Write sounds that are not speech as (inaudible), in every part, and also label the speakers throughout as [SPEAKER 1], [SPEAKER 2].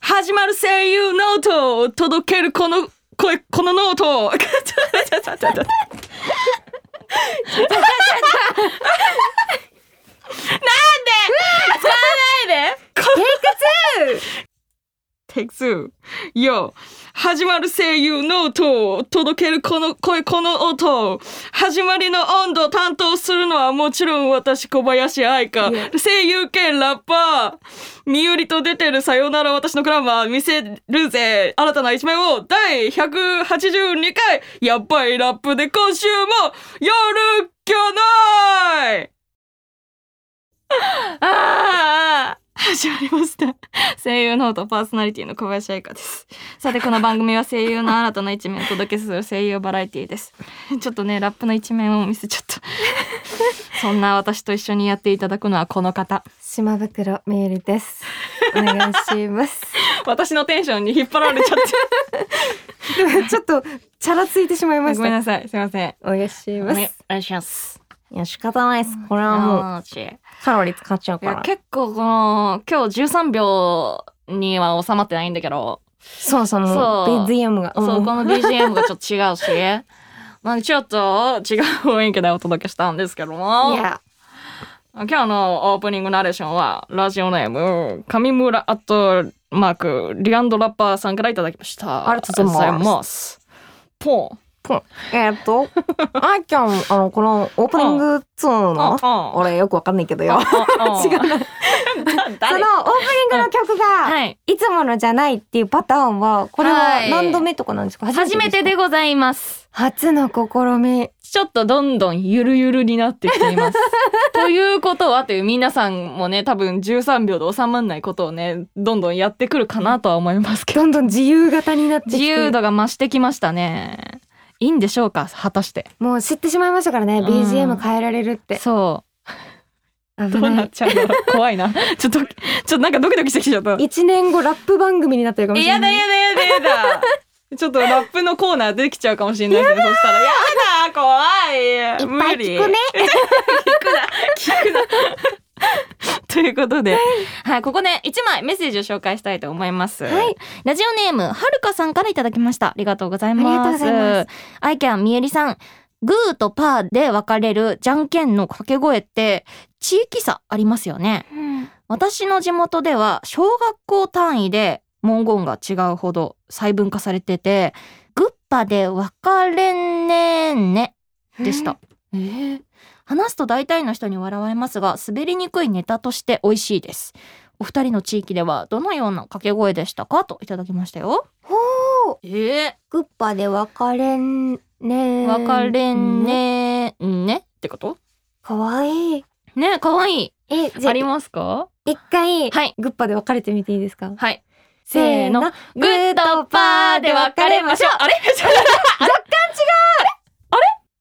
[SPEAKER 1] 始まる声優ノートを届けるこの声このノートをテイク2よ始まる声優ノートを届けるこの声この音始まりの温度を担当するのはもちろん私小林愛香
[SPEAKER 2] いや
[SPEAKER 1] 声優兼ラッパーみゆりと出てるさよなら私のクラマー見せるぜ新たな一面を第182回やっぱりラップで今週もやるっきゃない (laughs) ああ始まりました声優ノートパーソナリティの小林愛香ですさてこの番組は声優の新たな一面をお届けする声優バラエティです (laughs) ちょっとねラップの一面を見せちゃった (laughs) そんな私と一緒にやっていただくのはこの方
[SPEAKER 2] 島袋みゆりです。お願いします。 (laughs)
[SPEAKER 1] 私のテンションに引っ張られちゃって
[SPEAKER 2] でもちょっとチャラついてしまいま
[SPEAKER 1] (laughs)
[SPEAKER 2] し
[SPEAKER 1] ごめん
[SPEAKER 2] た。
[SPEAKER 1] なさいすいません
[SPEAKER 2] お願いします。い
[SPEAKER 1] 願いします
[SPEAKER 2] や仕方ないです。これはもう
[SPEAKER 1] あー
[SPEAKER 2] カロリー使っちゃう
[SPEAKER 1] い
[SPEAKER 2] か
[SPEAKER 1] や
[SPEAKER 2] ら。
[SPEAKER 1] 結構この今日13秒には収まってないんだけど
[SPEAKER 2] そうそ
[SPEAKER 1] そう
[SPEAKER 2] の BGM が。
[SPEAKER 1] そ
[SPEAKER 2] ん
[SPEAKER 1] う、この BGM がちょっと違うし。 (laughs) なんでちょっと違う雰囲気でお届けしたんですけども
[SPEAKER 2] いや
[SPEAKER 1] 今日のオープニングナレーションはラジオネーム上村アットマークリアンドラッパーさんからいただきました
[SPEAKER 2] ありがとうござい
[SPEAKER 1] ありがとう
[SPEAKER 2] ます
[SPEAKER 1] ございますポン
[SPEAKER 2] えー
[SPEAKER 1] (laughs)
[SPEAKER 2] っとあいきゃんあのこのオープニング2の
[SPEAKER 1] あ
[SPEAKER 2] 俺よくわかんないけど
[SPEAKER 1] あ
[SPEAKER 2] よ。違うな。そのオープ
[SPEAKER 1] (laughs) 誰
[SPEAKER 2] ニングの曲が
[SPEAKER 1] はい
[SPEAKER 2] いつものじゃないっていうパターンはこれ
[SPEAKER 1] は
[SPEAKER 2] はい何度目とかなんですか。
[SPEAKER 1] 初めて
[SPEAKER 2] です
[SPEAKER 1] で
[SPEAKER 2] か。
[SPEAKER 1] ございます
[SPEAKER 2] 初の試み。
[SPEAKER 1] ちょっとどんどんゆるゆるになってきてい
[SPEAKER 2] (laughs)
[SPEAKER 1] ます。ということはという皆さんもね多分13秒で収まらないことをねどんどんやってくるかなとは思いますけど
[SPEAKER 2] どんどん自由型になってきて
[SPEAKER 1] 自由度が増してきましたね。いいんでしょうか果たして。
[SPEAKER 2] もう知ってしまいましたからね、
[SPEAKER 1] うん
[SPEAKER 2] BGM 変えられるって
[SPEAKER 1] そ
[SPEAKER 2] 危
[SPEAKER 1] うどう
[SPEAKER 2] な
[SPEAKER 1] なっ
[SPEAKER 2] い
[SPEAKER 1] ちゃうの怖いな。 (laughs) ちょっとちょっとなんかドキドキしてきちゃった。
[SPEAKER 2] 一年後ラップ番組になってるかも
[SPEAKER 1] え
[SPEAKER 2] しれ
[SPEAKER 1] やだ
[SPEAKER 2] ない
[SPEAKER 1] やだやだやだ。 (laughs) ちょっとラップのコーナーできちゃうかもしれないけどそしたらやだ怖い。
[SPEAKER 2] いっぱい聞くね
[SPEAKER 1] (laughs) ということで、はい、ここで一枚メッセージを紹介したいと思います。
[SPEAKER 2] はい
[SPEAKER 1] ラジオネームはるかさんからいただきました。ありがとうございます。
[SPEAKER 2] ありがとうございま
[SPEAKER 1] アイキャンみえりさん、グーとパーで分かれるじゃんけんの掛け声って地域差ありますよね。私の地元では小学校単位で文言が違うほど細分化されてて、グッパで分かれんねーねでした。えー話すと大体の人に笑われますが滑りにくいネタとして美味しいですお二人の地域ではどのような掛け声でしたかといただきましたよ
[SPEAKER 2] ほう
[SPEAKER 1] ええ
[SPEAKER 2] グッパで別れんねー
[SPEAKER 1] 別れんねねってこと
[SPEAKER 2] かわいい
[SPEAKER 1] ね可愛い
[SPEAKER 2] えじゃあ
[SPEAKER 1] ありますか
[SPEAKER 2] 一回、
[SPEAKER 1] はい
[SPEAKER 2] グッパで別れてみていいですか
[SPEAKER 1] はい
[SPEAKER 2] せーの
[SPEAKER 1] グッドパーで別れましょうあれ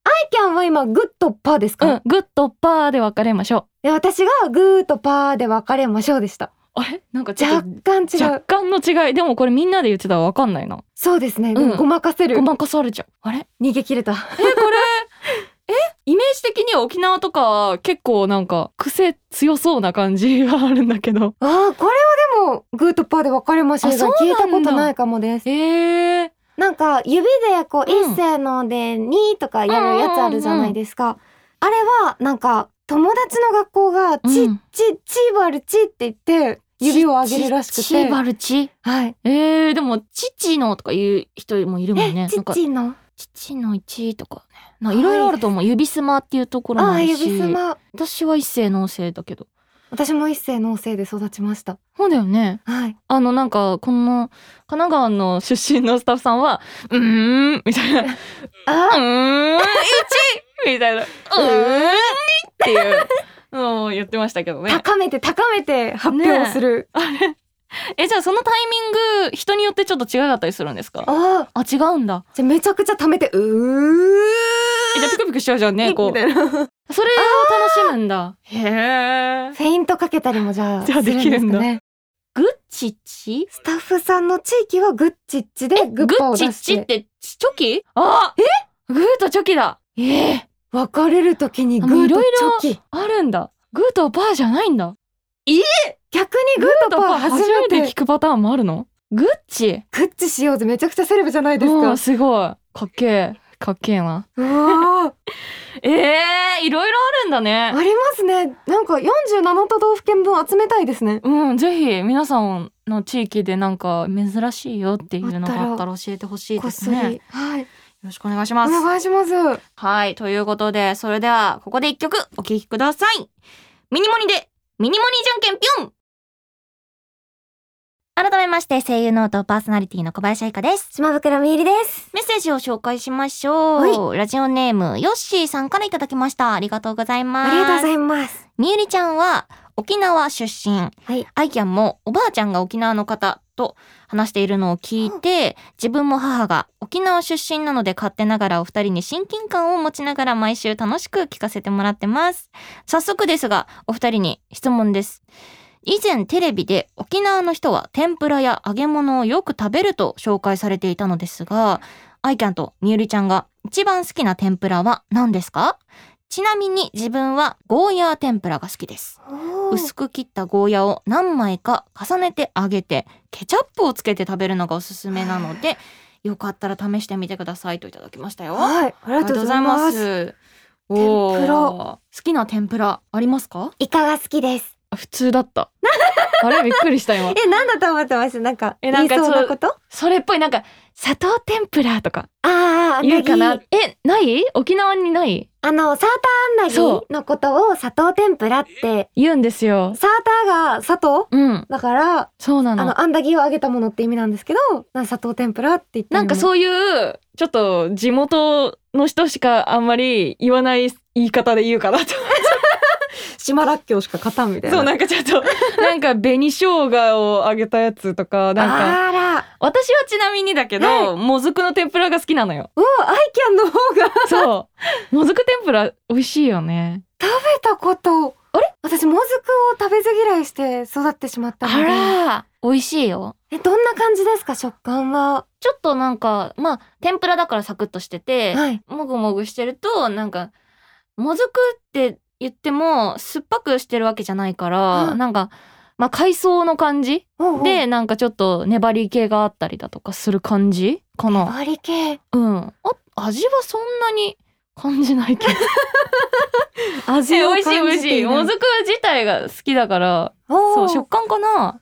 [SPEAKER 2] アイキャンは今グッドパーですか、
[SPEAKER 1] うんグッドパーで別れましょう
[SPEAKER 2] で私がグーとパーで別れましょうでした
[SPEAKER 1] あれなんかちょっ
[SPEAKER 2] 若
[SPEAKER 1] と
[SPEAKER 2] 干違う
[SPEAKER 1] 若干の違いでもこれみんなで言ってたらわかんないな
[SPEAKER 2] そうですね、で
[SPEAKER 1] う
[SPEAKER 2] も
[SPEAKER 1] ん
[SPEAKER 2] ごまかせる
[SPEAKER 1] ごまかされちゃうあれ
[SPEAKER 2] 逃げ切れた
[SPEAKER 1] イメージ的には沖縄とかは結構なんか癖強そうな感じがあるんだけど。
[SPEAKER 2] ああ、これはでも、グーとパーで分かれましょう
[SPEAKER 1] あそ
[SPEAKER 2] が
[SPEAKER 1] うなんだ
[SPEAKER 2] 聞いたことないかもです。
[SPEAKER 1] ええ
[SPEAKER 2] なんか、指でこう、
[SPEAKER 1] うん
[SPEAKER 2] 一斉ので、にとかやるやつあるじゃないですか。あれは、なんか、友達の学校が、ち、
[SPEAKER 1] ー。
[SPEAKER 2] ち、チーバルチって言って、指を上げるらしくて。
[SPEAKER 1] チチバルチ。
[SPEAKER 2] はい。
[SPEAKER 1] ええでも、父のとかいう人もいるもんね。
[SPEAKER 2] え、
[SPEAKER 1] な
[SPEAKER 2] ち
[SPEAKER 1] んか、
[SPEAKER 2] ちの。
[SPEAKER 1] 父の一とかね。なんかいろいろあると思う。指すまっていうところも
[SPEAKER 2] あ
[SPEAKER 1] あ
[SPEAKER 2] あ、
[SPEAKER 1] るし。
[SPEAKER 2] 指すま。
[SPEAKER 1] 私は一世の生だけど。
[SPEAKER 2] 私も一斉のせいで育ちました。
[SPEAKER 1] そうだよね。
[SPEAKER 2] はい。
[SPEAKER 1] あの、なんか、この、神奈川の出身のスタッフさんは、うーん、みたい (laughs) な。う
[SPEAKER 2] あ
[SPEAKER 1] ーん、1! みたいな。うーん、2! っていうのを言ってましたけど
[SPEAKER 2] あ、
[SPEAKER 1] ね。
[SPEAKER 2] 高めて高めて発表をする。
[SPEAKER 1] え、じゃあそのタイミング、人によってちょっと違かったりするんですか
[SPEAKER 2] ああ、
[SPEAKER 1] あ、違うんだ。
[SPEAKER 2] じゃあめちゃくちゃ溜めて、うー
[SPEAKER 1] えじゃあピクピクしちゃうじゃんね、こ
[SPEAKER 2] みたい
[SPEAKER 1] (laughs)
[SPEAKER 2] な。
[SPEAKER 1] う。それを楽しむんだ。へえ。
[SPEAKER 2] フェイントかけたりもじゃ
[SPEAKER 1] (laughs)
[SPEAKER 2] あ、
[SPEAKER 1] じゃあできるんだ
[SPEAKER 2] すかね。
[SPEAKER 1] グッチッチ
[SPEAKER 2] スタッフさんの地域はグッチッチでグ
[SPEAKER 1] グ
[SPEAKER 2] ッパを
[SPEAKER 1] ッ
[SPEAKER 2] 出
[SPEAKER 1] チッ
[SPEAKER 2] し
[SPEAKER 1] チ
[SPEAKER 2] て
[SPEAKER 1] って、チョキあえグーとチョキだ。ええ。
[SPEAKER 2] 別れる時にグ
[SPEAKER 1] あもう
[SPEAKER 2] ー
[SPEAKER 1] い
[SPEAKER 2] と
[SPEAKER 1] ろいろ
[SPEAKER 2] チョキ
[SPEAKER 1] あるんだ。グーとパーじゃないんだ。
[SPEAKER 2] 逆にグーとパー初め
[SPEAKER 1] 初め
[SPEAKER 2] て
[SPEAKER 1] て聞くパターンもあるのグッチ
[SPEAKER 2] グッチしようぜめちゃくちゃセレブじゃないです
[SPEAKER 1] う
[SPEAKER 2] か
[SPEAKER 1] んすごいかっけえかっけえな
[SPEAKER 2] う
[SPEAKER 1] (laughs)
[SPEAKER 2] わ
[SPEAKER 1] ええいろいろあるんだ
[SPEAKER 2] あ
[SPEAKER 1] ね
[SPEAKER 2] ありますねなんか47都道府県分集めたいですね
[SPEAKER 1] うんぜひ皆さんの地域でなんか珍しいよっていうのがあ
[SPEAKER 2] あ
[SPEAKER 1] っ
[SPEAKER 2] ったた
[SPEAKER 1] ら教えてほしい
[SPEAKER 2] こ
[SPEAKER 1] で
[SPEAKER 2] っ
[SPEAKER 1] す
[SPEAKER 2] そ
[SPEAKER 1] ねよ
[SPEAKER 2] りはい
[SPEAKER 1] ろしくお願いし
[SPEAKER 2] お
[SPEAKER 1] ます
[SPEAKER 2] 願いします
[SPEAKER 1] はいということでそれではここで一曲お聴きくださいミニモニでミニモニじゃんけんぴょん改めまして声優ノートパーソナリティの小林愛香です
[SPEAKER 2] 島袋みゆりです
[SPEAKER 1] メッセージを紹介しましょう、ラジオネームヨッシーさんからいただきましたありがとうございます
[SPEAKER 2] ありがとうございます
[SPEAKER 1] みゆりちゃんは沖縄出身。
[SPEAKER 2] はい
[SPEAKER 1] アイキャンもおばあちゃんが沖縄の方と話しているのを聞いて、自分も母が沖縄出身なので勝手ながらお二人に親近感を持ちながら毎週楽しく聞かせてもらってます。早速ですが、お二人に質問です。以前テレビで沖縄の人は天ぷらや揚げ物をよく食べると紹介されていたのですが、アイキャンとみゆりちゃんが一番好きな天ぷらは何ですかちなみに自分はゴーヤー天ぷらが好きです。薄く切ったゴーヤーを何枚か重ねて揚げて、ケチャップをつけて食べるのがおすすめなので、よかったら試してみてくださいといただきましたよ。あ
[SPEAKER 2] はいあり
[SPEAKER 1] り
[SPEAKER 2] がとうございます
[SPEAKER 1] す。
[SPEAKER 2] おー天ぷら
[SPEAKER 1] 好きな天ぷらありますか
[SPEAKER 2] イカが好きです
[SPEAKER 1] 普通だ (laughs) った。あれびっくりした今。
[SPEAKER 2] えなんだと思ってますなんか
[SPEAKER 1] え
[SPEAKER 2] 言
[SPEAKER 1] なん
[SPEAKER 2] い
[SPEAKER 1] か
[SPEAKER 2] そうなこと
[SPEAKER 1] それっぽいなんか、砂糖天ぷらとか
[SPEAKER 2] ああ
[SPEAKER 1] 言うか
[SPEAKER 2] あん
[SPEAKER 1] な
[SPEAKER 2] なぎ。
[SPEAKER 1] え、ない沖縄にない
[SPEAKER 2] あのサーターアンダギ
[SPEAKER 1] そ
[SPEAKER 2] ーのことを砂糖天ぷらって
[SPEAKER 1] 言うんですよ。
[SPEAKER 2] サーターが砂糖
[SPEAKER 1] うん。
[SPEAKER 2] だから
[SPEAKER 1] そうな
[SPEAKER 2] あの、アンダギーを揚げたものって意味なんですけど、なんか砂糖天ぷらって言って
[SPEAKER 1] なんか
[SPEAKER 2] う。
[SPEAKER 1] そういうちょっと地元の人しかあんまり言わない言い方で言うかなと
[SPEAKER 2] 島らっきょうしか勝たんみたい
[SPEAKER 1] (laughs)
[SPEAKER 2] な。
[SPEAKER 1] そうなんかちょっ (laughs) となんか紅生姜をあげたやつとかなんか
[SPEAKER 2] あら、
[SPEAKER 1] 私はちなみにだけど、
[SPEAKER 2] は
[SPEAKER 1] もずくの天ぷらが好きなのよ
[SPEAKER 2] おアイキャンの方が食
[SPEAKER 1] (laughs) そうもずく天ぷら美味しいよね
[SPEAKER 2] べたこと。あれ私、もずくを食べず嫌いして育ってしまったので。
[SPEAKER 1] ら美味しいよ
[SPEAKER 2] え、どんな感じですか、食感は。
[SPEAKER 1] ちょっとなんかまあ天ぷらだからサクッとしてて
[SPEAKER 2] はい。
[SPEAKER 1] もぐもぐしてるとなんかもずくって言っても酸っぱくしてるわけじゃないから、
[SPEAKER 2] うん
[SPEAKER 1] なんかまあ海藻の感じ
[SPEAKER 2] おうおう、
[SPEAKER 1] でなんかちょっと粘り気があったりだとかする感じかな
[SPEAKER 2] 割り系。
[SPEAKER 1] うんあ味はそんなに感じないけど
[SPEAKER 2] 味
[SPEAKER 1] え (laughs)
[SPEAKER 2] を
[SPEAKER 1] 美
[SPEAKER 2] 感
[SPEAKER 1] 味
[SPEAKER 2] じ
[SPEAKER 1] しい美味しいもず
[SPEAKER 2] く。
[SPEAKER 1] く自体が好きだからそ
[SPEAKER 2] お
[SPEAKER 1] う
[SPEAKER 2] う
[SPEAKER 1] 食感かな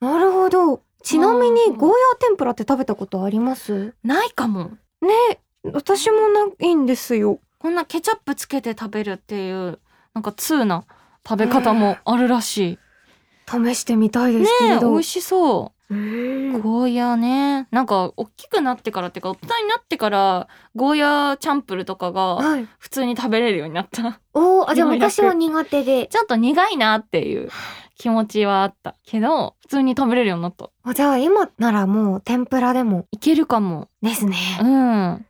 [SPEAKER 2] なるほど。ちなみ
[SPEAKER 1] う
[SPEAKER 2] に、
[SPEAKER 1] ん
[SPEAKER 2] ゴーヤー天ぷらって食べたことあります
[SPEAKER 1] ないかも
[SPEAKER 2] ね私もないんですよ。
[SPEAKER 1] こんなケチャップつけて食べるっていうなんか通な食べ方もあるらし
[SPEAKER 2] 試してみたい
[SPEAKER 1] い、
[SPEAKER 2] ですけ
[SPEAKER 1] ね
[SPEAKER 2] れ
[SPEAKER 1] え美
[SPEAKER 2] ど。
[SPEAKER 1] 味しそう
[SPEAKER 2] うん
[SPEAKER 1] ゴーヤーねなんか大きくなってからっていうか大人になってからゴーヤーチャンプルとかが
[SPEAKER 2] はい。
[SPEAKER 1] 普通に食べれるようになった
[SPEAKER 2] おお、あ、じゃあ
[SPEAKER 1] ようやく
[SPEAKER 2] 昔は苦手で。
[SPEAKER 1] ちょっと苦いなっていう気持ちはあったけど普通に食べれるようになった
[SPEAKER 2] あじゃあ今ならもう天ぷらでも
[SPEAKER 1] いけるかも
[SPEAKER 2] ですね。
[SPEAKER 1] うん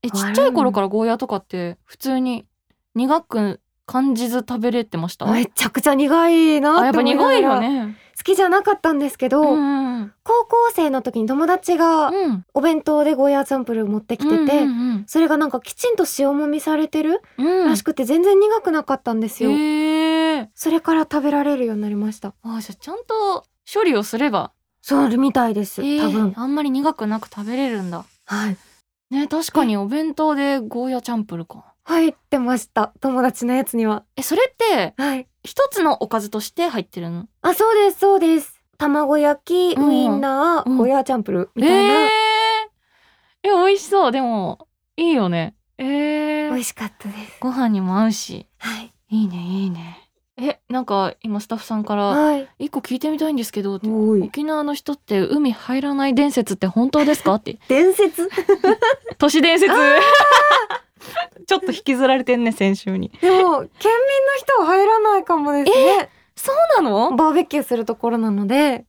[SPEAKER 1] え
[SPEAKER 2] ある
[SPEAKER 1] ちっちゃい頃からゴーヤーとかって普通に苦く感じず食べれてましたあ
[SPEAKER 2] めちゃくちゃ苦いな
[SPEAKER 1] や
[SPEAKER 2] っ
[SPEAKER 1] ってぱ
[SPEAKER 2] 思いな
[SPEAKER 1] 苦
[SPEAKER 2] が
[SPEAKER 1] い
[SPEAKER 2] ら
[SPEAKER 1] よね
[SPEAKER 2] 好きじゃなかったんですけど、
[SPEAKER 1] うんうん
[SPEAKER 2] 高校生の時に友達が
[SPEAKER 1] うん
[SPEAKER 2] お弁当でゴーヤーチャンプルー持ってきてて、
[SPEAKER 1] うん
[SPEAKER 2] それがなんかきちんと塩もみされてる
[SPEAKER 1] うんうんうん
[SPEAKER 2] らしくて全然苦くなかったんですよ。
[SPEAKER 1] へえ
[SPEAKER 2] それから食べられるようになりました。
[SPEAKER 1] あじゃあちゃんと処理をすれば
[SPEAKER 2] そうみたいです。
[SPEAKER 1] えー
[SPEAKER 2] 多分。
[SPEAKER 1] あんまり苦くなく食べれるんだ
[SPEAKER 2] はい。
[SPEAKER 1] ね確かにお弁当でゴーヤチャンプルか
[SPEAKER 2] 入ってました。友達のやつには。
[SPEAKER 1] えそれって
[SPEAKER 2] はい。
[SPEAKER 1] 一つのおかずとして入ってるの
[SPEAKER 2] あ、そうです、そうです。卵焼き、
[SPEAKER 1] うん
[SPEAKER 2] ウインナー、
[SPEAKER 1] うん
[SPEAKER 2] ゴーヤーチャンプルーみ
[SPEAKER 1] え
[SPEAKER 2] たいな。
[SPEAKER 1] えーえ美味しそうでもいいよねえー、
[SPEAKER 2] 美味しかったです。
[SPEAKER 1] ご飯にも合うし
[SPEAKER 2] はい。
[SPEAKER 1] いいねいいねえなんか今スタッフさんから
[SPEAKER 2] はい。
[SPEAKER 1] 「一個聞いてみたいんですけど」って
[SPEAKER 2] おい。
[SPEAKER 1] 沖縄の人って海入らない伝説って本当ですか?」って (laughs)
[SPEAKER 2] 伝 (laughs) 説。
[SPEAKER 1] 都市伝説 (laughs) ちょっと引きずられてんね先週に
[SPEAKER 2] でも、県民の人は入らないかもですね。
[SPEAKER 1] そうなの
[SPEAKER 2] バーベキューするところなので。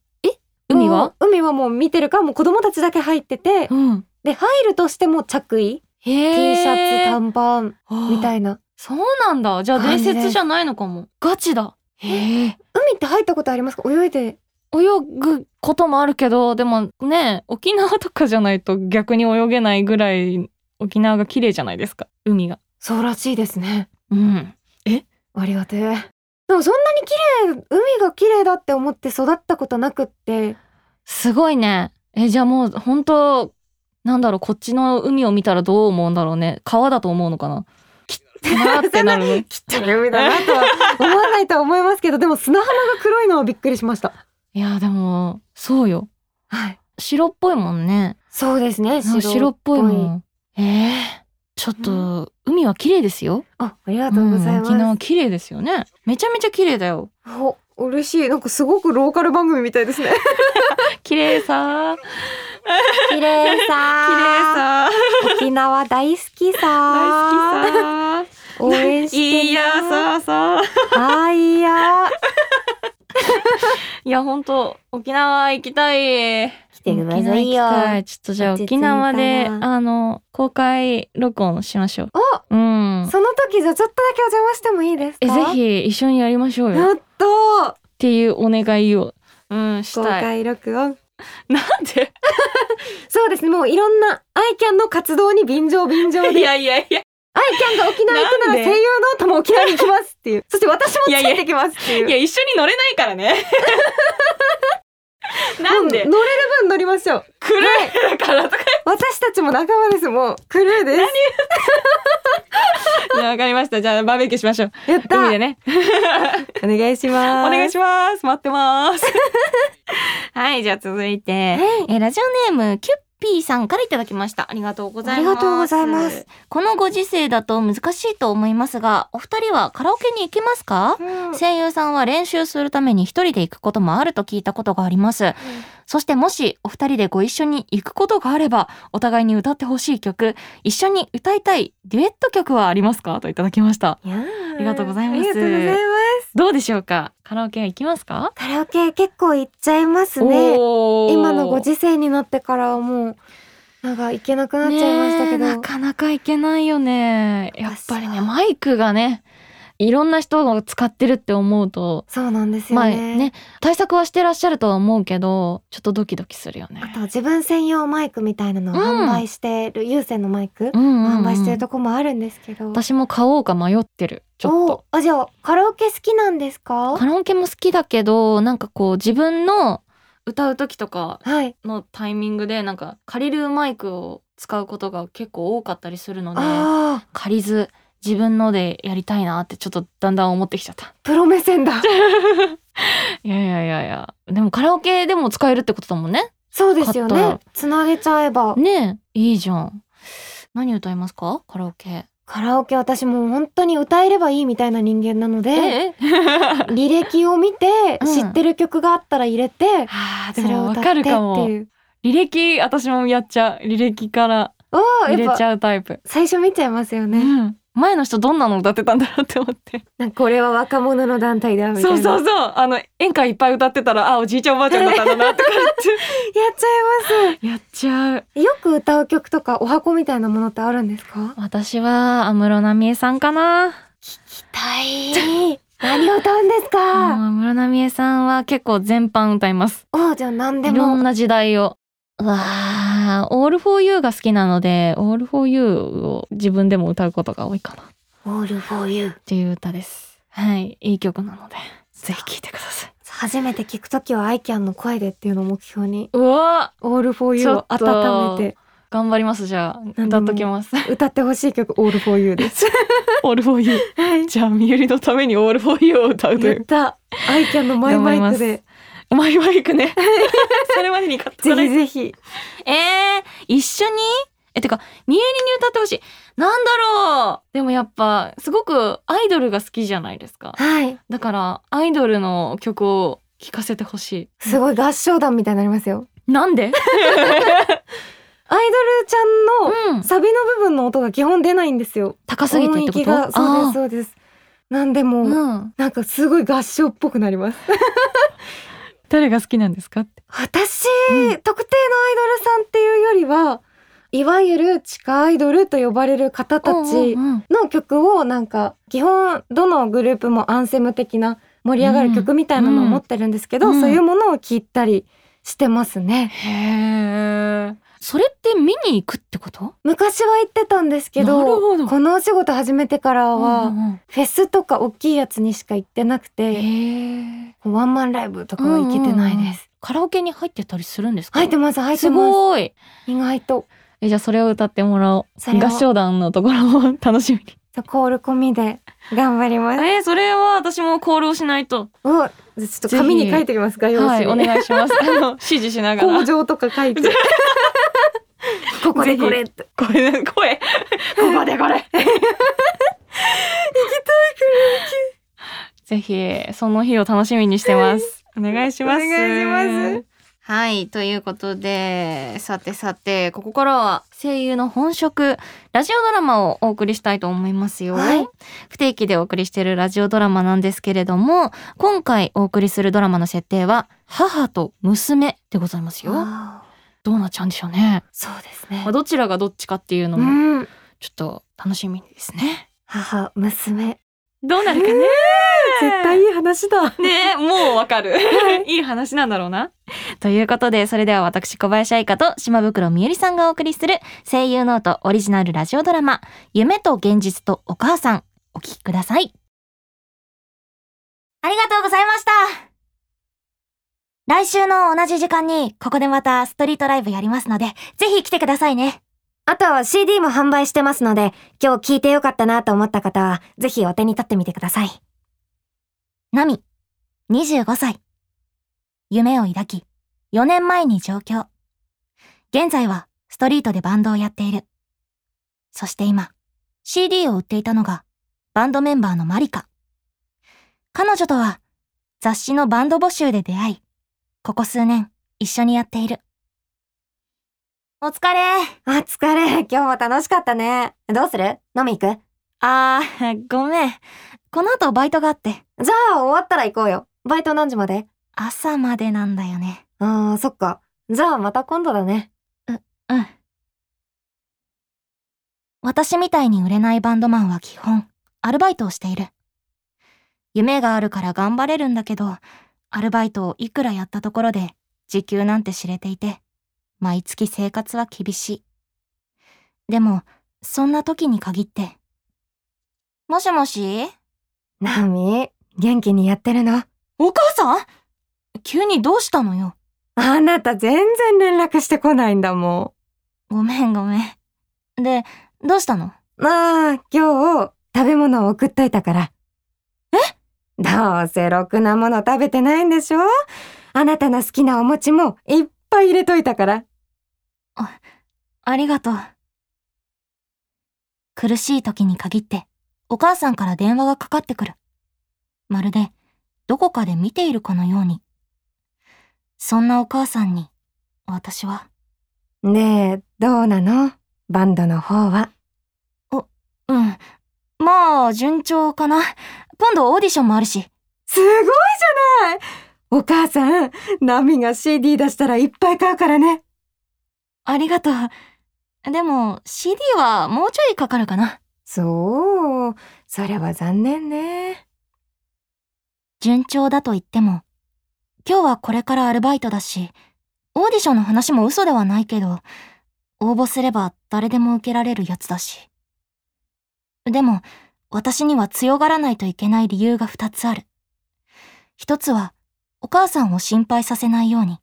[SPEAKER 1] 海
[SPEAKER 2] も
[SPEAKER 1] は
[SPEAKER 2] う海はもう見てるから、もう子供たちだけ入ってて、
[SPEAKER 1] うん
[SPEAKER 2] で、入るとしても着衣、
[SPEAKER 1] へ
[SPEAKER 2] T
[SPEAKER 1] え
[SPEAKER 2] シャツ、短パンみた
[SPEAKER 1] い
[SPEAKER 2] いな。
[SPEAKER 1] そうなんだじゃあ
[SPEAKER 2] 感
[SPEAKER 1] 伝
[SPEAKER 2] じです
[SPEAKER 1] 説じゃないのかもガチだへえ
[SPEAKER 2] 海って入ったことありますか泳いで。
[SPEAKER 1] 泳ぐこともあるけどでもね沖縄とかじゃないと逆に泳げないぐらい沖縄が綺麗じゃないですか海が
[SPEAKER 2] そうらしいですね。
[SPEAKER 1] うん
[SPEAKER 2] ありがてえ。でもそんなに綺麗、海が綺麗だって思って育ったことなくって、
[SPEAKER 1] すごいねえ、じゃあもう本当なんだろう、こっちの海を見たらどう思うんだろうね。川だと思うのか (laughs) な。きっなーってなるの。
[SPEAKER 2] 汚い海だなとは思わないとは思いますけど、でも砂浜が黒いのはびっくりしました。
[SPEAKER 1] いや、でも、そうよ。
[SPEAKER 2] はい。
[SPEAKER 1] 白っぽいもんね。
[SPEAKER 2] そうですね。
[SPEAKER 1] 白っぽいも
[SPEAKER 2] ん。
[SPEAKER 1] ん。ええちょっと、海は綺麗ですよ。
[SPEAKER 2] あ、ありがとうございま
[SPEAKER 1] う
[SPEAKER 2] す。
[SPEAKER 1] ん沖縄綺麗ですよね。めちゃめちゃ綺麗だよ。
[SPEAKER 2] お嬉しいなんかすごくローカル番組みたいですね
[SPEAKER 1] 綺麗さー。
[SPEAKER 2] 綺麗
[SPEAKER 1] 綺麗
[SPEAKER 2] さ
[SPEAKER 1] さー。
[SPEAKER 2] 沖縄大好きさ
[SPEAKER 1] 大好
[SPEAKER 2] 好
[SPEAKER 1] きさ
[SPEAKER 2] きさ応援
[SPEAKER 1] ー。いやさーさー。
[SPEAKER 2] はいいや
[SPEAKER 1] いや、本当沖縄行きたい。
[SPEAKER 2] (laughs) 来てくださいよ
[SPEAKER 1] 沖縄行きたいちょっとじゃあ
[SPEAKER 2] 落ち着い
[SPEAKER 1] 沖
[SPEAKER 2] たな
[SPEAKER 1] 縄で、あの、公開録音しましょう。うん。
[SPEAKER 2] その時じゃあちょっとだけお邪魔してもいいですか
[SPEAKER 1] え、ぜひ一緒にやりましょうよ。っ
[SPEAKER 2] やっと
[SPEAKER 1] ていうお願いを、うん、し
[SPEAKER 2] 公
[SPEAKER 1] たい。
[SPEAKER 2] 開録音
[SPEAKER 1] なんで
[SPEAKER 2] そうですねもういろんなアイキャンの活動に便乗便乗でアイ
[SPEAKER 1] いやいやいや。
[SPEAKER 2] キャンが沖縄行くな
[SPEAKER 1] なん
[SPEAKER 2] ら
[SPEAKER 1] で
[SPEAKER 2] 声優のとも沖縄に行きますっ
[SPEAKER 1] (laughs)
[SPEAKER 2] ていうそして私もついてきますっていう
[SPEAKER 1] いや、一緒に乗れないからね。 (laughs) なんで
[SPEAKER 2] もう乗れる分乗りましょう
[SPEAKER 1] 狂えるからとか。
[SPEAKER 2] 私たちも仲間ですもうクルーです
[SPEAKER 1] いやわかりました。じゃあ、バーベキューしましょう。
[SPEAKER 2] やった
[SPEAKER 1] 海でね。
[SPEAKER 2] お願いし
[SPEAKER 1] お
[SPEAKER 2] ます。
[SPEAKER 1] 願いします。待ってます。 (laughs) はい、じゃあ続いて、えーラジオネーム、キュッピーさんからいただきました。ありがとうございます。
[SPEAKER 2] ありがとうございます。
[SPEAKER 1] このご時世だと難しいと思いますが、お二人はカラオケに行けますか
[SPEAKER 2] ます。
[SPEAKER 1] 声優さんは練習するために一人で行くこともあると聞いたことがあります。そしてもしお二人でご一緒に行くことがあれば、お互いに歌ってほしい曲、一緒に歌いたいデュエット曲はありますかといただきました。
[SPEAKER 2] あ
[SPEAKER 1] りがとうございます
[SPEAKER 2] ありがとうございます。
[SPEAKER 1] (laughs) どうでしょうかカラオケ行きますか
[SPEAKER 2] カラオケ結構行っちゃいますね。
[SPEAKER 1] おー
[SPEAKER 2] 今のご時世になってからはもうなんか行けなくなっちゃいましたけ
[SPEAKER 1] ね
[SPEAKER 2] ど、
[SPEAKER 1] えなかなかいけないよねやっぱりね
[SPEAKER 2] 私は
[SPEAKER 1] マイクがねいろんな人が使ってるって思うと、
[SPEAKER 2] そうなんですよ
[SPEAKER 1] まあ
[SPEAKER 2] ね。
[SPEAKER 1] ね対策はしてらっしゃるとは思うけどちょっとドキドキするよね
[SPEAKER 2] あと自分専用マイクみたいなのを
[SPEAKER 1] うん
[SPEAKER 2] 販売してる、有線のマイク、
[SPEAKER 1] うんうんうん
[SPEAKER 2] 販売してるとこもあるんですけど。
[SPEAKER 1] 私も買おうか迷ってるちょっと
[SPEAKER 2] おあじゃあカラオケ好きなんですか？
[SPEAKER 1] カラオケも好きだけどなんかこう自分の歌う時とか
[SPEAKER 2] はい。
[SPEAKER 1] のタイミングでなんか借りるマイクを使うことが結構多かったりするので
[SPEAKER 2] ああ
[SPEAKER 1] 借りず自分のでやりたいなってちょっとだんだん思ってきちゃった
[SPEAKER 2] プロ目線だ。
[SPEAKER 1] (laughs) いやいやいやいやでもカラオケでも使えるってことだもんね
[SPEAKER 2] そうです
[SPEAKER 1] 買っ
[SPEAKER 2] よ
[SPEAKER 1] た
[SPEAKER 2] ね
[SPEAKER 1] ら。
[SPEAKER 2] つなげちゃえば。
[SPEAKER 1] ねえいいじゃん何歌いますかカラオケ
[SPEAKER 2] カラオケ私もう本当に歌えればいいみたいな人間なので、
[SPEAKER 1] え (laughs)
[SPEAKER 2] 履歴を見て
[SPEAKER 1] うん
[SPEAKER 2] 知ってる曲があったら入れて、
[SPEAKER 1] あー
[SPEAKER 2] そ
[SPEAKER 1] で
[SPEAKER 2] れ
[SPEAKER 1] も
[SPEAKER 2] を
[SPEAKER 1] わ
[SPEAKER 2] 歌っ
[SPEAKER 1] か
[SPEAKER 2] て
[SPEAKER 1] る
[SPEAKER 2] って
[SPEAKER 1] かも
[SPEAKER 2] いう。
[SPEAKER 1] 履歴私もやっちゃう履歴から
[SPEAKER 2] おー
[SPEAKER 1] 入れ
[SPEAKER 2] やっ
[SPEAKER 1] ち
[SPEAKER 2] ぱ
[SPEAKER 1] ゃうタイプ、
[SPEAKER 2] 最初見ちゃいますよ
[SPEAKER 1] う
[SPEAKER 2] ね。
[SPEAKER 1] ん、前の人どんなの歌ってたんだろうって思って
[SPEAKER 2] なんかこれは若者の団体だみたいな。
[SPEAKER 1] そうそうそうあの演歌いっぱい歌ってたらあおじいちゃんおばあちゃんだったんだなとか
[SPEAKER 2] やっちゃいま
[SPEAKER 1] って (laughs) やっちゃう
[SPEAKER 2] す。よく歌う曲とかお箱みたいなものってあるんですか？
[SPEAKER 1] 私は安室奈美恵さんかな
[SPEAKER 2] たい。何を歌うんですか？
[SPEAKER 1] 安室奈美恵さんは結構全般歌います
[SPEAKER 2] おーじゃあ何で
[SPEAKER 1] いろん
[SPEAKER 2] も。
[SPEAKER 1] な時代を。うわあ、All for You が好きなので、All for You を自分でも歌うことが多いかなっ
[SPEAKER 2] All for you。
[SPEAKER 1] ていう歌です。はい、いい曲なので、ぜひ聴いてください。
[SPEAKER 2] 初めて聞くときはアイキャンの声でっていうのを目標に。
[SPEAKER 1] うわ
[SPEAKER 2] All for you
[SPEAKER 1] ちょ
[SPEAKER 2] を
[SPEAKER 1] っと
[SPEAKER 2] 温めて。
[SPEAKER 1] 頑張ります、じゃあ。
[SPEAKER 2] んで
[SPEAKER 1] 歌
[SPEAKER 2] も
[SPEAKER 1] っときます。
[SPEAKER 2] 歌ってほしい曲 All for You です。
[SPEAKER 1] All for You。
[SPEAKER 2] はい。
[SPEAKER 1] じゃあ、みゆりのために All for You を歌うとい
[SPEAKER 2] やっ
[SPEAKER 1] う。
[SPEAKER 2] た。アイキャンのマイマイクで。
[SPEAKER 1] マイマイクね。 (laughs) それまでに買って
[SPEAKER 2] ぜ
[SPEAKER 1] ない
[SPEAKER 2] ひぜひ。
[SPEAKER 1] えー、一緒にえ、てか、みゆりに歌ってほしい。なんだろうでもやっぱ、すごくアイドルが好きじゃないですか。
[SPEAKER 2] はい。
[SPEAKER 1] だからアイドルの曲を聴かせてほしい。
[SPEAKER 2] すごい合唱団みたいになりますよ。
[SPEAKER 1] なんで？
[SPEAKER 2] アイドルちゃんの
[SPEAKER 1] うん。
[SPEAKER 2] サビの部分の音が基本出ないんですよ。
[SPEAKER 1] 高すぎてってこ
[SPEAKER 2] 音域
[SPEAKER 1] と？
[SPEAKER 2] が。そうです、そうです。なんでも
[SPEAKER 1] あー
[SPEAKER 2] う、
[SPEAKER 1] うん。
[SPEAKER 2] なんかすごい合唱っぽくなります。
[SPEAKER 1] 誰が好きなんですかって？
[SPEAKER 2] 私、
[SPEAKER 1] う
[SPEAKER 2] 特定のアイドルさんっていうよりは、いわゆる地下アイドルと呼ばれる方たち
[SPEAKER 1] うんうんうん
[SPEAKER 2] の曲をなんか基本どのグループもアンセム的な盛り上がる曲みたいなのを持ってるんですけど、
[SPEAKER 1] うんうん
[SPEAKER 2] そういうものを聞いたりしてますね。
[SPEAKER 1] へえ。それって見に行くってこと？
[SPEAKER 2] 昔は行ってたんですけど
[SPEAKER 1] なるほど
[SPEAKER 2] このお仕事始めてから
[SPEAKER 1] うん
[SPEAKER 2] は
[SPEAKER 1] うんうん
[SPEAKER 2] フェスとか大きいやつにしか行ってなくて、
[SPEAKER 1] へえ。
[SPEAKER 2] ワンマンライブとかは行けてないです。
[SPEAKER 1] カラオケに入ってたりするんですか
[SPEAKER 2] 入ってます入って
[SPEAKER 1] す
[SPEAKER 2] ます
[SPEAKER 1] ごい
[SPEAKER 2] 意外と
[SPEAKER 1] えじゃあそれを歌ってもらおう
[SPEAKER 2] それを
[SPEAKER 1] 合唱団のところを楽しみに
[SPEAKER 2] そうコール込みで頑張ります
[SPEAKER 1] えそれは私もコールをしないと
[SPEAKER 2] おちょっと紙に書いてきます画用紙
[SPEAKER 1] はいお
[SPEAKER 2] に
[SPEAKER 1] 願いします (laughs) あの指示しなが
[SPEAKER 2] 工
[SPEAKER 1] ら
[SPEAKER 2] 場とか書いて (laughs) ここでこれって
[SPEAKER 1] 声 (laughs) 声ここ
[SPEAKER 2] (laughs)
[SPEAKER 1] でこれ行きたいからぜひその日を楽しみにしてますお願いします
[SPEAKER 2] お願いします
[SPEAKER 1] はいということでさてさてここからは声優の本職ラジオドラマをお送りしたいと思いますよ、
[SPEAKER 2] はい
[SPEAKER 1] 不定期でお送りしているラジオドラマなんですけれども今回お送りするドラマの設定は母と娘でございますよ
[SPEAKER 2] あー
[SPEAKER 1] どうなっちゃうんでしょうね
[SPEAKER 2] そうですね
[SPEAKER 1] まあ、どちらがどっちかっていうの
[SPEAKER 2] う
[SPEAKER 1] も
[SPEAKER 2] ん
[SPEAKER 1] ちょっと楽しみですね。
[SPEAKER 2] 母娘
[SPEAKER 1] どうなる
[SPEAKER 2] かね
[SPEAKER 1] ね。
[SPEAKER 2] 絶対いい話だ
[SPEAKER 1] ねもうわかる。いい話なんだろうな。ということで、それでは私小林愛香と島袋みゆりさんがお送りする声優ノートオリジナルラジオドラマ、夢と現実とお母さん、お聞きください。ありがとうございました。来週の同じ時間に、ここでまたストリートライブやりますので、ぜひ来てくださいね。
[SPEAKER 2] あとは CD も販売してますので、今日聞いてよかったなと思った方は、ぜひお手に取ってみてください。
[SPEAKER 1] ナミ、25歳。夢を抱き、4年前に上京。現在はストリートでバンドをやっている。そして今、CD を売っていたのが、バンドメンバーのマリカ。彼女とは、雑誌のバンド募集で出会い、ここ数年、一緒にやっている。お疲れ。
[SPEAKER 2] あ、疲れ。今日も楽しかったね。どうする飲み行く
[SPEAKER 1] あー、ごめん。この後バイトがあって、
[SPEAKER 2] じゃあ、終わったら行こうよ。バイト何時まで
[SPEAKER 1] 朝までなんだよね。
[SPEAKER 2] あー、そっか。じゃあ、また今度だね。
[SPEAKER 1] うん。私みたいに売れないバンドマンは基本、アルバイトをしている。夢があるから頑張れるんだけど、アルバイトをいくらやったところで、時給なんて知れていて、毎月生活は厳しい。でも、そんな時に限って。もしもし
[SPEAKER 2] なみ、元気にやってるの
[SPEAKER 1] お母さん急にどうしたのよ。
[SPEAKER 2] あなた全然連絡してこないんだも
[SPEAKER 1] ごめんごめん。で、どうしたの
[SPEAKER 2] ん。あー、今日、食べ物を送っといたから。えどうせろくなもの食べてないんでしょあなたの好きなお餅もいっぱい入れといたから。
[SPEAKER 1] ありがとう。苦しい時に限って、お母さんから電話がかかってくる。まるで、どこかで見ているかのように。そんなお母さんに、私は、
[SPEAKER 2] ねえ、どうなのバンドの方は。
[SPEAKER 1] うん、まあ、順調かな。今度オーディションもあるし。
[SPEAKER 2] すごいじゃないお母さん、ナミが CD 出したらいっぱい買うからね。
[SPEAKER 1] ありがとう。でも、CD はもうちょいかかるかな。
[SPEAKER 2] そう、それは残念ね。
[SPEAKER 1] 順調だと言っても、今日はこれからアルバイトだし、オーディションの話も嘘ではないけど、応募すれば誰でも受けられるやつだし。でも、私には強がらないといけない理由が二つある。一つは、お母さんを心配させないように。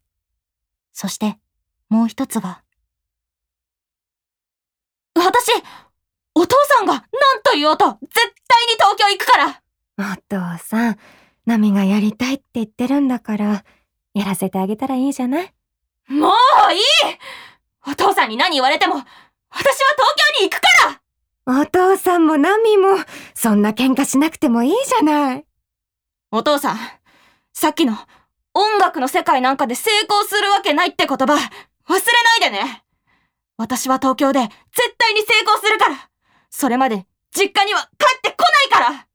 [SPEAKER 1] そして、もう一つが。私、お父さんが何と言おうと、絶対に東京行くから
[SPEAKER 2] お父さん、ナミがやりたいって言ってるんだから、やらせてあげたらいいじゃない
[SPEAKER 1] もういいお父さんに何言われても、私は東京に行くから
[SPEAKER 2] お父さんもナミも、そんな喧嘩しなくてもいいじゃない。
[SPEAKER 1] お父さん、さっきの音楽の世界なんかで成功するわけないって言葉、忘れないでね私は東京で絶対に成功するからそれまで実家には帰ってこないから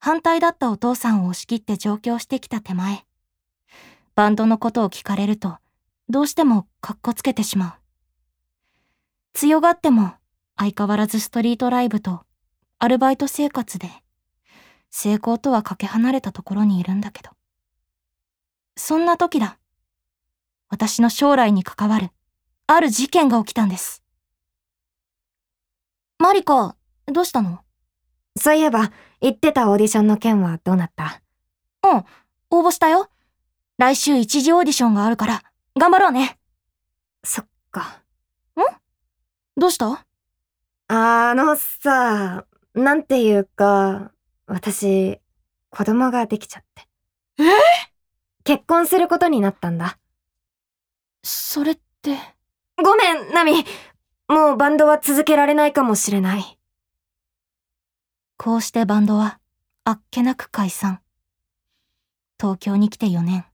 [SPEAKER 1] 反対だったお父さんを押し切って上京してきた手前、バンドのことを聞かれると、どうしてもかっこつけてしまう。強がっても相変わらずストリートライブとアルバイト生活で成功とはかけ離れたところにいるんだけど。そんな時だ。私の将来に関わる、ある事件が起きたんです。マリカ、どうしたの
[SPEAKER 2] そういえば、言ってたオーディションの件はどうなった
[SPEAKER 1] 応募したよ。来週一時オーディションがあるから、頑張ろうね。
[SPEAKER 2] そっか。
[SPEAKER 1] どうした
[SPEAKER 2] あのさ、なんていうか、私、子供ができちゃって。
[SPEAKER 1] え
[SPEAKER 2] 結婚することになったんだ。
[SPEAKER 1] それって、
[SPEAKER 2] ごめん、ナミ。もうバンドは続けられないかもしれない。
[SPEAKER 1] こうしてバンドは、あっけなく解散。東京に来て4年、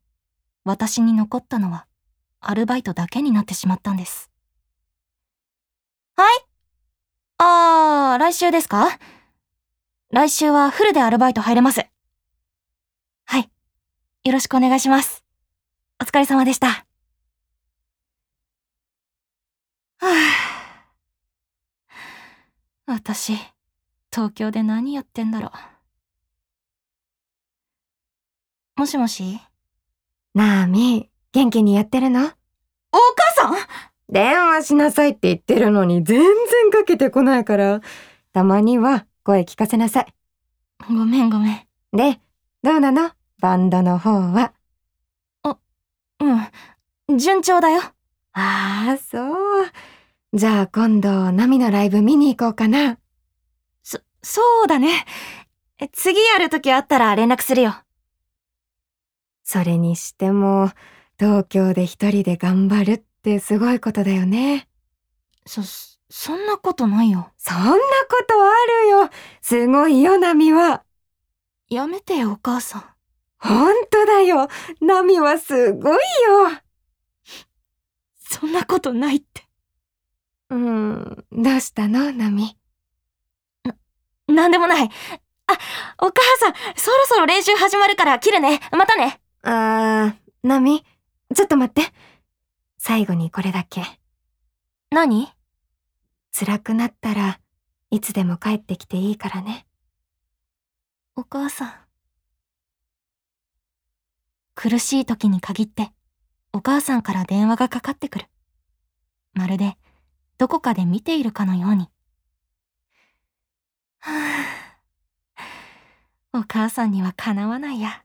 [SPEAKER 1] 私に残ったのは、アルバイトだけになってしまったんです。はいあー、来週ですか来週はフルでアルバイト入れます。はい。よろしくお願いします。お疲れ様でした。はぁ。私。東京で何やってんだろう。もしもし
[SPEAKER 2] ナミ、元気にやってるの
[SPEAKER 1] お母さん
[SPEAKER 2] 電話しなさいって言ってるのに全然かけてこないから。たまには声聞かせなさい。
[SPEAKER 1] ごめんごめん。
[SPEAKER 2] で、どうなのバンドの方は。
[SPEAKER 1] うん。順調だよ。
[SPEAKER 2] ああ、そう。じゃあ今度、ナミのライブ見に行こうかな。
[SPEAKER 1] そ、そうだね。え次やるときあったら連絡するよ。
[SPEAKER 2] それにしても、東京で一人で頑張るってすごいことだよね。
[SPEAKER 1] そ、そんなことないよ。
[SPEAKER 2] そんなことあるよ。すごいよ、ナミは。
[SPEAKER 1] やめてよ、お母さん。
[SPEAKER 2] ほんとだよ。ナミはすごいよ。
[SPEAKER 1] そんなことないって。
[SPEAKER 2] うん、どうしたの、ナミ。
[SPEAKER 1] なんでもない。あ、お母さん、そろそろ練習始まるから切るね。またね。
[SPEAKER 2] あー、ナミ、ちょっと待って。最後にこれだけ。
[SPEAKER 1] 何
[SPEAKER 2] 辛くなったらいつでも帰ってきていいからね。
[SPEAKER 1] お母さん。苦しい時に限って、お母さんから電話がかかってくる。まるで、どこかで見ているかのように。はぁお母さんにはかなわないや。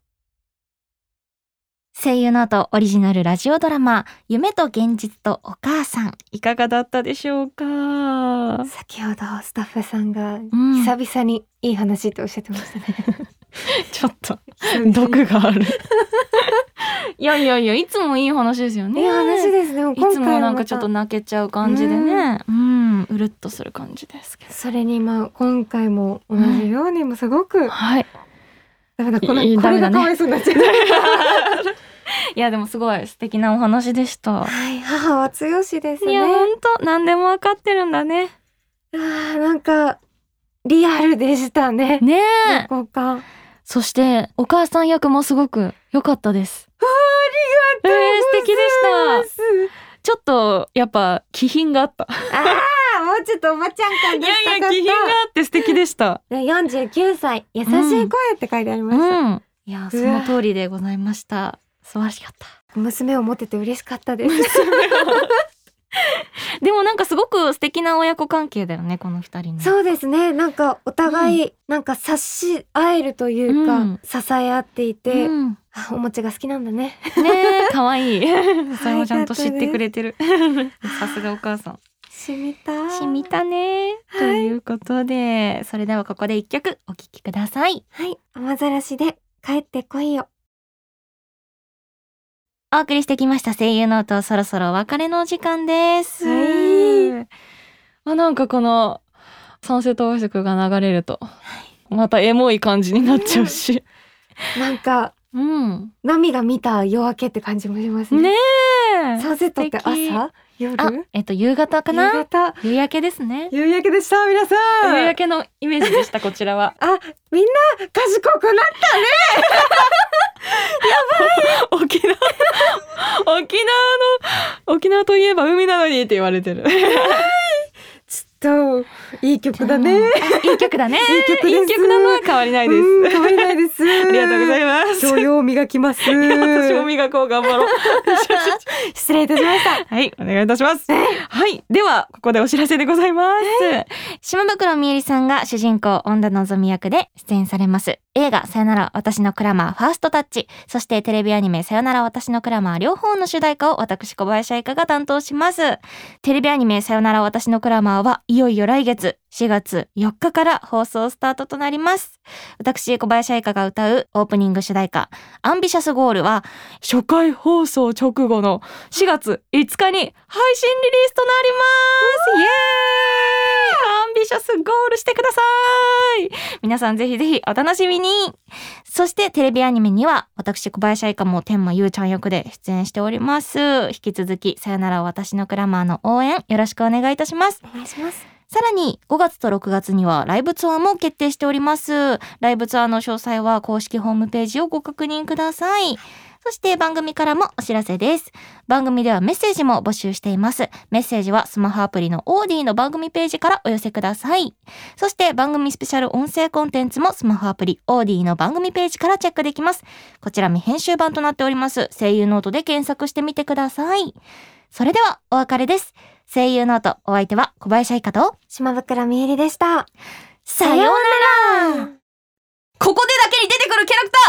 [SPEAKER 1] 声優の後、オリジナルラジオドラマ、夢と現実とお母さん、いかがだったでしょうか
[SPEAKER 2] 先ほどスタッフさんが
[SPEAKER 1] ん
[SPEAKER 2] 久々にいい話っておっしゃってましたね。
[SPEAKER 1] ちょっと、 (laughs)
[SPEAKER 2] い
[SPEAKER 1] がある。いやいやいや、いつもいい話ですよね。
[SPEAKER 2] い話ですね。今
[SPEAKER 1] いつ
[SPEAKER 2] 回
[SPEAKER 1] も
[SPEAKER 2] は
[SPEAKER 1] なん
[SPEAKER 2] ま
[SPEAKER 1] かちょったと泣けちゃう感じでね。うん、うるっとする感じですけど。
[SPEAKER 2] それにまあ今回も同じようにもすごく、
[SPEAKER 1] はい。
[SPEAKER 2] ダメだこの
[SPEAKER 1] いい
[SPEAKER 2] これ
[SPEAKER 1] ダメだ
[SPEAKER 2] が
[SPEAKER 1] ね
[SPEAKER 2] かわいそうにな
[SPEAKER 1] (laughs)
[SPEAKER 2] っちゃう。
[SPEAKER 1] いや、でもすごい素敵なお話でした。
[SPEAKER 2] はい、母は強しです
[SPEAKER 1] い
[SPEAKER 2] ね。
[SPEAKER 1] や、ほんと、何でもわかってるんだね。
[SPEAKER 2] あーなんかリアルでしたね。
[SPEAKER 1] ね
[SPEAKER 2] ど
[SPEAKER 1] え。
[SPEAKER 2] こか。
[SPEAKER 1] そして、お母さん役もすごく良かったです。ありがとう素敵でした。ちょっと、やっぱ、気品があった。
[SPEAKER 2] あーもうちょっとおばちゃん感
[SPEAKER 1] い
[SPEAKER 2] 出したか
[SPEAKER 1] や
[SPEAKER 2] っ
[SPEAKER 1] い (laughs)
[SPEAKER 2] た
[SPEAKER 1] や、。気品があって素敵でした。
[SPEAKER 2] 49歳優しい声って書いてありま
[SPEAKER 1] う
[SPEAKER 2] した。
[SPEAKER 1] ん。いや、
[SPEAKER 2] う
[SPEAKER 1] そ
[SPEAKER 2] わ
[SPEAKER 1] の通りでございました。素晴らしかった。
[SPEAKER 2] 娘を持てて嬉しかった
[SPEAKER 1] (laughs)
[SPEAKER 2] です。
[SPEAKER 1] でもなんかすごく素敵な親子関係だよね、この二人ね。
[SPEAKER 2] そうですね。なんかお互い、なんか察し合えるというか、
[SPEAKER 1] うん
[SPEAKER 2] 支え合っていて、
[SPEAKER 1] うん
[SPEAKER 2] あおもちが好きなんだね。
[SPEAKER 1] ねえ、可愛 (laughs) いそれもちゃんと知ってく
[SPEAKER 2] れ。
[SPEAKER 1] れてる。さすがお母さん。
[SPEAKER 2] しみた。
[SPEAKER 1] しみ。たね。ということで、それではここで一曲お聴きください。
[SPEAKER 2] はい。雨ざらしで帰ってこいよ。
[SPEAKER 1] お送りしてきました声優ノート、そろそろお別れのお時間です。
[SPEAKER 2] は
[SPEAKER 1] あ、なんかこの、サンセット音色が流れると、またエモい感じになっちゃうし。
[SPEAKER 2] なんか
[SPEAKER 1] うん。
[SPEAKER 2] 波が見た夜明けって感じもしますね。
[SPEAKER 1] ねえ。
[SPEAKER 2] サンセットって
[SPEAKER 1] 素敵
[SPEAKER 2] 朝夜
[SPEAKER 1] あ、えっと、夕方か
[SPEAKER 2] 夕
[SPEAKER 1] な
[SPEAKER 2] 方
[SPEAKER 1] 夕焼けですね。
[SPEAKER 2] 夕焼けでした皆さん。。
[SPEAKER 1] 夕焼けのイメージでした、こちらは
[SPEAKER 2] あみんな賢くなっ
[SPEAKER 1] 沖縄、沖縄の、沖縄といえば海なのにって言われてる。 (laughs)
[SPEAKER 2] ちょっといい曲だね。
[SPEAKER 1] いい曲だね。
[SPEAKER 2] いい曲です
[SPEAKER 1] いい曲だな。変わりないです。
[SPEAKER 2] うん変わりないです。
[SPEAKER 1] ありがとうござい
[SPEAKER 2] ま
[SPEAKER 1] ます。
[SPEAKER 2] 教養を磨きます。
[SPEAKER 1] 私も磨こう、頑張 (laughs) ろう。
[SPEAKER 2] 失礼いたしました。
[SPEAKER 1] はい、お願いいたします。はい、では、ここでお知らせでございます。島袋みゆりさんが主人公、恩田のぞみ役で出演されます。映映画、さよなら私のクラマー、ファーストタッチ、そしてテレビアニメ、さよなら私のクラマー、両方の主題歌を私、小林愛花が担当します。テレビアニメ、さよなら私のクラマーは、いよいよ来月、4月4日から放送スタートとなります。私、小林愛花が歌うオープニング主題歌、アンビシャスゴールは、初回放送直後の4月5日に配信リリースとなりますイエーイアンビシャスゴールしてください皆さんぜひぜひお楽しみにそしてテレビアニメには私小林愛花も天満ゆうちゃん役で出演しております引き続きさよなら私のクラマーの応援よろしくお願いいたします
[SPEAKER 2] お願いします。
[SPEAKER 1] さらに5月と6月にはライブツアーも決定しております。ライブツアーの詳細は公式ホームページをご確認ください。そして番組からもお知らせです。番組ではメッセージも募集しています。メッセージはスマホアプリのオーディの番組ページからお寄せください。そして番組スペシャル音声コンテンツもスマホアプリオーディの番組ページからチェックできます。こちら未編集版となっております。声優ノートで検索してみてください。それではお別れです。声優ノートお相手は小林愛香と
[SPEAKER 2] 島袋美恵里でした。
[SPEAKER 1] さ
[SPEAKER 2] よう
[SPEAKER 1] ならここでだけに出てくるキャラクター